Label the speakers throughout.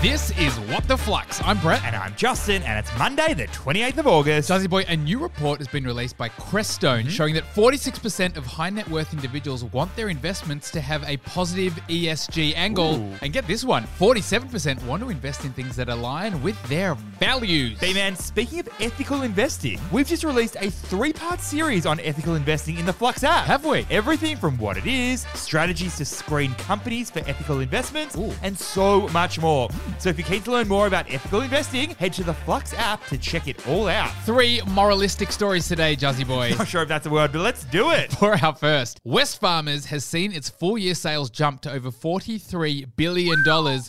Speaker 1: This is What the Flux. I'm Brett.
Speaker 2: And I'm Justin, and it's Monday, the 28th of August.
Speaker 1: Jazzy Boy, a new report has been released by Crestone showing that 46% of high net worth individuals want their investments to have a positive ESG angle.
Speaker 2: Ooh.
Speaker 1: And get this one 47% want to invest in things that align with their values.
Speaker 2: Hey man, speaking of ethical investing, we've just released a three part series on ethical investing in the Flux app.
Speaker 1: Have we?
Speaker 2: Everything from what it is, strategies to screen companies for ethical investments,
Speaker 1: Oow.
Speaker 2: and so much more. So if you're keen to learn more about ethical investing, head to the Flux app to check it all out.
Speaker 1: Three moralistic stories today, Jazzy Boy.
Speaker 2: Not sure if that's a word, but let's do it.
Speaker 1: For our first, West Farmers has seen its full year sales jump to over $43 billion,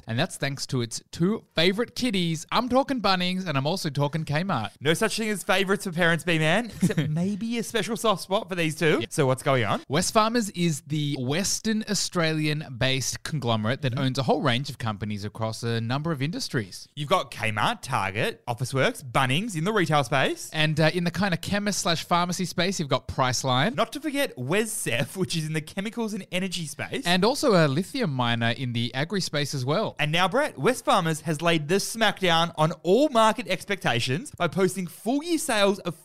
Speaker 1: and that's thanks to its two favorite kitties. I'm talking Bunnings, and I'm also talking Kmart.
Speaker 2: No such thing as favorites for parents, B man, except maybe a special soft spot for these two. So what's going on?
Speaker 1: West Farmers is the Western Australian based conglomerate that owns a whole range of companies across a number of industries.
Speaker 2: You've got Kmart, Target, Officeworks, Bunnings in the retail space.
Speaker 1: And uh, in the kind of chemist slash pharmacy space, you've got Priceline.
Speaker 2: Not to forget WesCEF, which is in the chemicals and energy space. And,
Speaker 1: and also a lithium miner in the agri space as well.
Speaker 2: now, Brett, West Farmers has laid this smackdown on all market expectations by posting full year sales of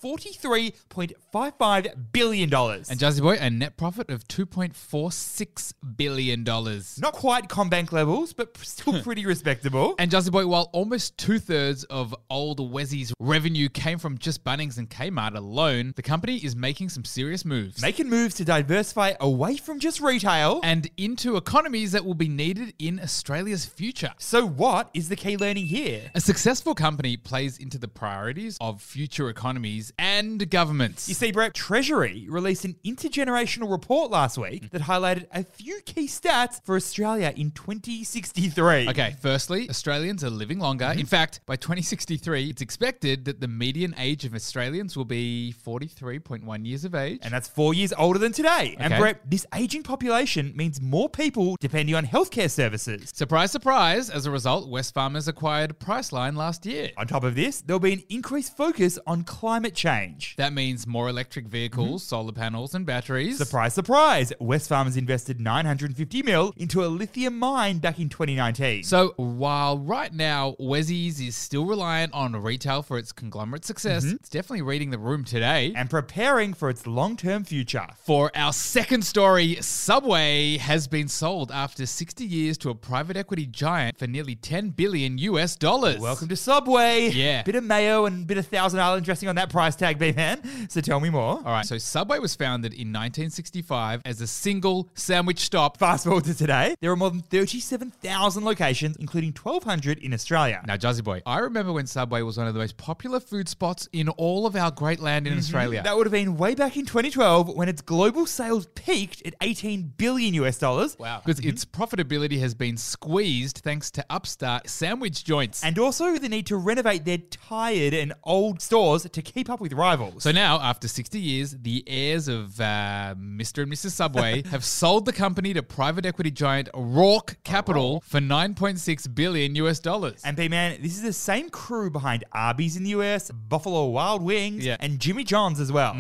Speaker 2: $43.55 billion.
Speaker 1: And Jazzy Boy, a net profit of $2.46 billion.
Speaker 2: Not quite Combank levels, but still pretty respectable.
Speaker 1: And Jazzy Boy, while almost two thirds of old Wessy's revenue came from just Bunnings and Kmart alone, the company is making some serious moves.
Speaker 2: Making moves to diversify away from just retail.
Speaker 1: and into economies that will be needed in Australia's future.
Speaker 2: so, what is the key learning here?
Speaker 1: A successful company plays into the priorities of future economies and governments.
Speaker 2: You see, Brett, Treasury released an intergenerational report last week that highlighted a few key stats for Australia in 2063.
Speaker 1: Okay, firstly, Australians are living longer.
Speaker 2: Mm-hmm.
Speaker 1: In fact, by 2063, it's expected that the median age of Australians will be 43.1 years of age.
Speaker 2: And that's four years older than today. And
Speaker 1: Okay.
Speaker 2: Brett, this aging population means more people depending on healthcare services.
Speaker 1: surprise, surprise, as a result, West Farmers acquired Priceline last year.
Speaker 2: On top of this, there'll be an increased focus on climate change.
Speaker 1: That means more electric vehicles, solar panels, and batteries.
Speaker 2: Mm-hmm. Surprise, surprise, West Farmers invested 950 mil into a lithium mine back in 2019.
Speaker 1: So while right now Wessy's is still reliant on retail for its conglomerate success, it's definitely reading the room today.
Speaker 2: Mm-hmm. and preparing for its long term future.
Speaker 1: for our second story, Subway has been sold after 60 years to a private equity giant for nearly 10 billion US dollars.
Speaker 2: Welcome to Subway.
Speaker 1: Yeah.
Speaker 2: Bit of mayo and bit of Thousand Island dressing on that price tag, B man. So tell me more.
Speaker 1: All right, so Subway was founded in 1965 as a single sandwich stop.
Speaker 2: Fast forward to today, there are more than 37,000 locations, including 1,200 in Australia.
Speaker 1: Now, Jazzy Boy, I remember when Subway was one of the most popular food spots in all of our great land in Australia.
Speaker 2: Mm-hmm. That would have been way back in 2012 when its global sales peaked at 18 billion US dollars.
Speaker 1: Wow. Because its profitability has been squeezed thanks to upstart sandwich joints.
Speaker 2: And also the need to renovate their tired and old stores to keep up with rivals.
Speaker 1: so now, after 60 years, the heirs of uh, Mr. and Mrs. Subway have sold the company to private equity giant Rourke Capital for 9.6 billion US dollars.
Speaker 2: and B man, this is the same crew behind Arby's in the US, Buffalo Wild Wings,
Speaker 1: Yeah. Mm-hmm.
Speaker 2: and Jimmy John's as well.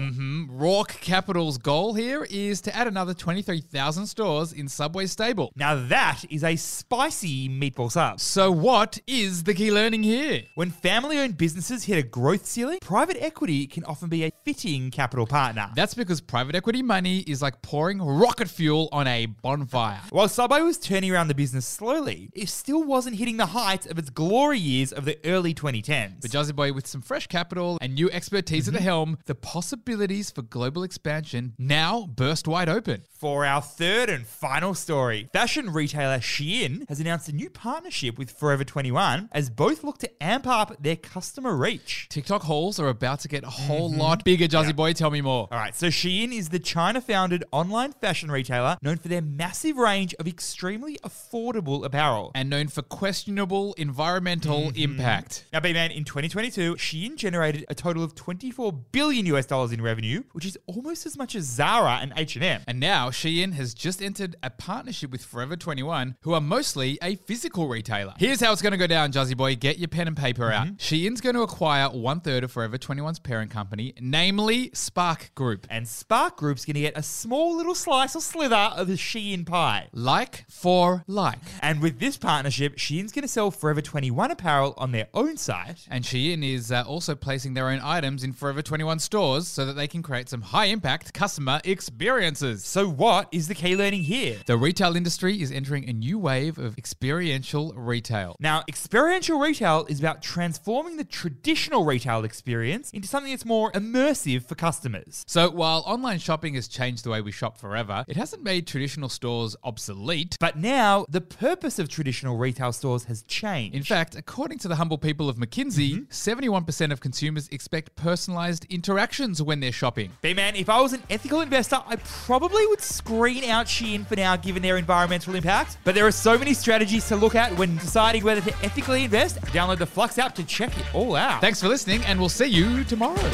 Speaker 1: Rourke Capital's goal here is to add another 23,000 stores in Subway stable.
Speaker 2: Now that is a spicy meatball sub.
Speaker 1: So, what is the key learning here?
Speaker 2: When family owned businesses hit a growth ceiling, private equity can often be a fitting capital partner.
Speaker 1: That's because private equity money is like pouring rocket fuel on a bonfire.
Speaker 2: While Subway was turning around the business slowly, it still wasn't hitting the heights of its glory years of the early 2010s.
Speaker 1: But Jazzy Boy, with some fresh capital and new expertise at the helm, the possibilities for global expansion now burst wide open.
Speaker 2: for our third and final story, fashion retailer Shein has announced a new partnership with Forever 21 as both look to amp up their customer reach.
Speaker 1: TikTok hauls are about to get a whole lot bigger. Jazzy Boy, tell me more.
Speaker 2: All right, so Shein is the China founded online fashion retailer known for their massive range of extremely affordable apparel.
Speaker 1: And known for questionable environmental impact.
Speaker 2: Now, B-Man, in 2022, Shein generated a total of 24 billion US dollars in revenue, which is almost as much as Zara and H&M.
Speaker 1: And now Shein has just entered a partnership with Forever 21, who are mostly a physical retailer. Here's how it's going to go down, Jazzy Boy. Get your pen and paper out. Shein's going to acquire one third of Forever 21's parent company, namely Spark Group.
Speaker 2: And Spark Group's going to get a small little slice or slither of the Shein pie.
Speaker 1: Like for like.
Speaker 2: And with this partnership, Shein Shein's going to sell Forever 21 apparel on their own site.
Speaker 1: And Shein is uh, also placing their own items in Forever 21 stores so that they can create some high impact customer experiences.
Speaker 2: So, what is the key learning here?
Speaker 1: The retail industry is entering a new wave of experiential retail.
Speaker 2: Now, experiential retail is about transforming the traditional retail experience into something that's more immersive for customers.
Speaker 1: So, while online shopping has changed the way we shop forever, it hasn't made traditional stores obsolete.
Speaker 2: But now, the purpose of traditional retail stores has changed.
Speaker 1: In fact, according to the humble people of McKinsey, 71% of consumers expect personalized interactions when they're shopping.
Speaker 2: B man, if I was an ethical investor, I probably would screen out Shein for now given their environmental impact. But there are so many strategies to look at when deciding whether to ethically invest. Download the Flux app to check it all out.
Speaker 1: Thanks for listening, and we'll see you tomorrow.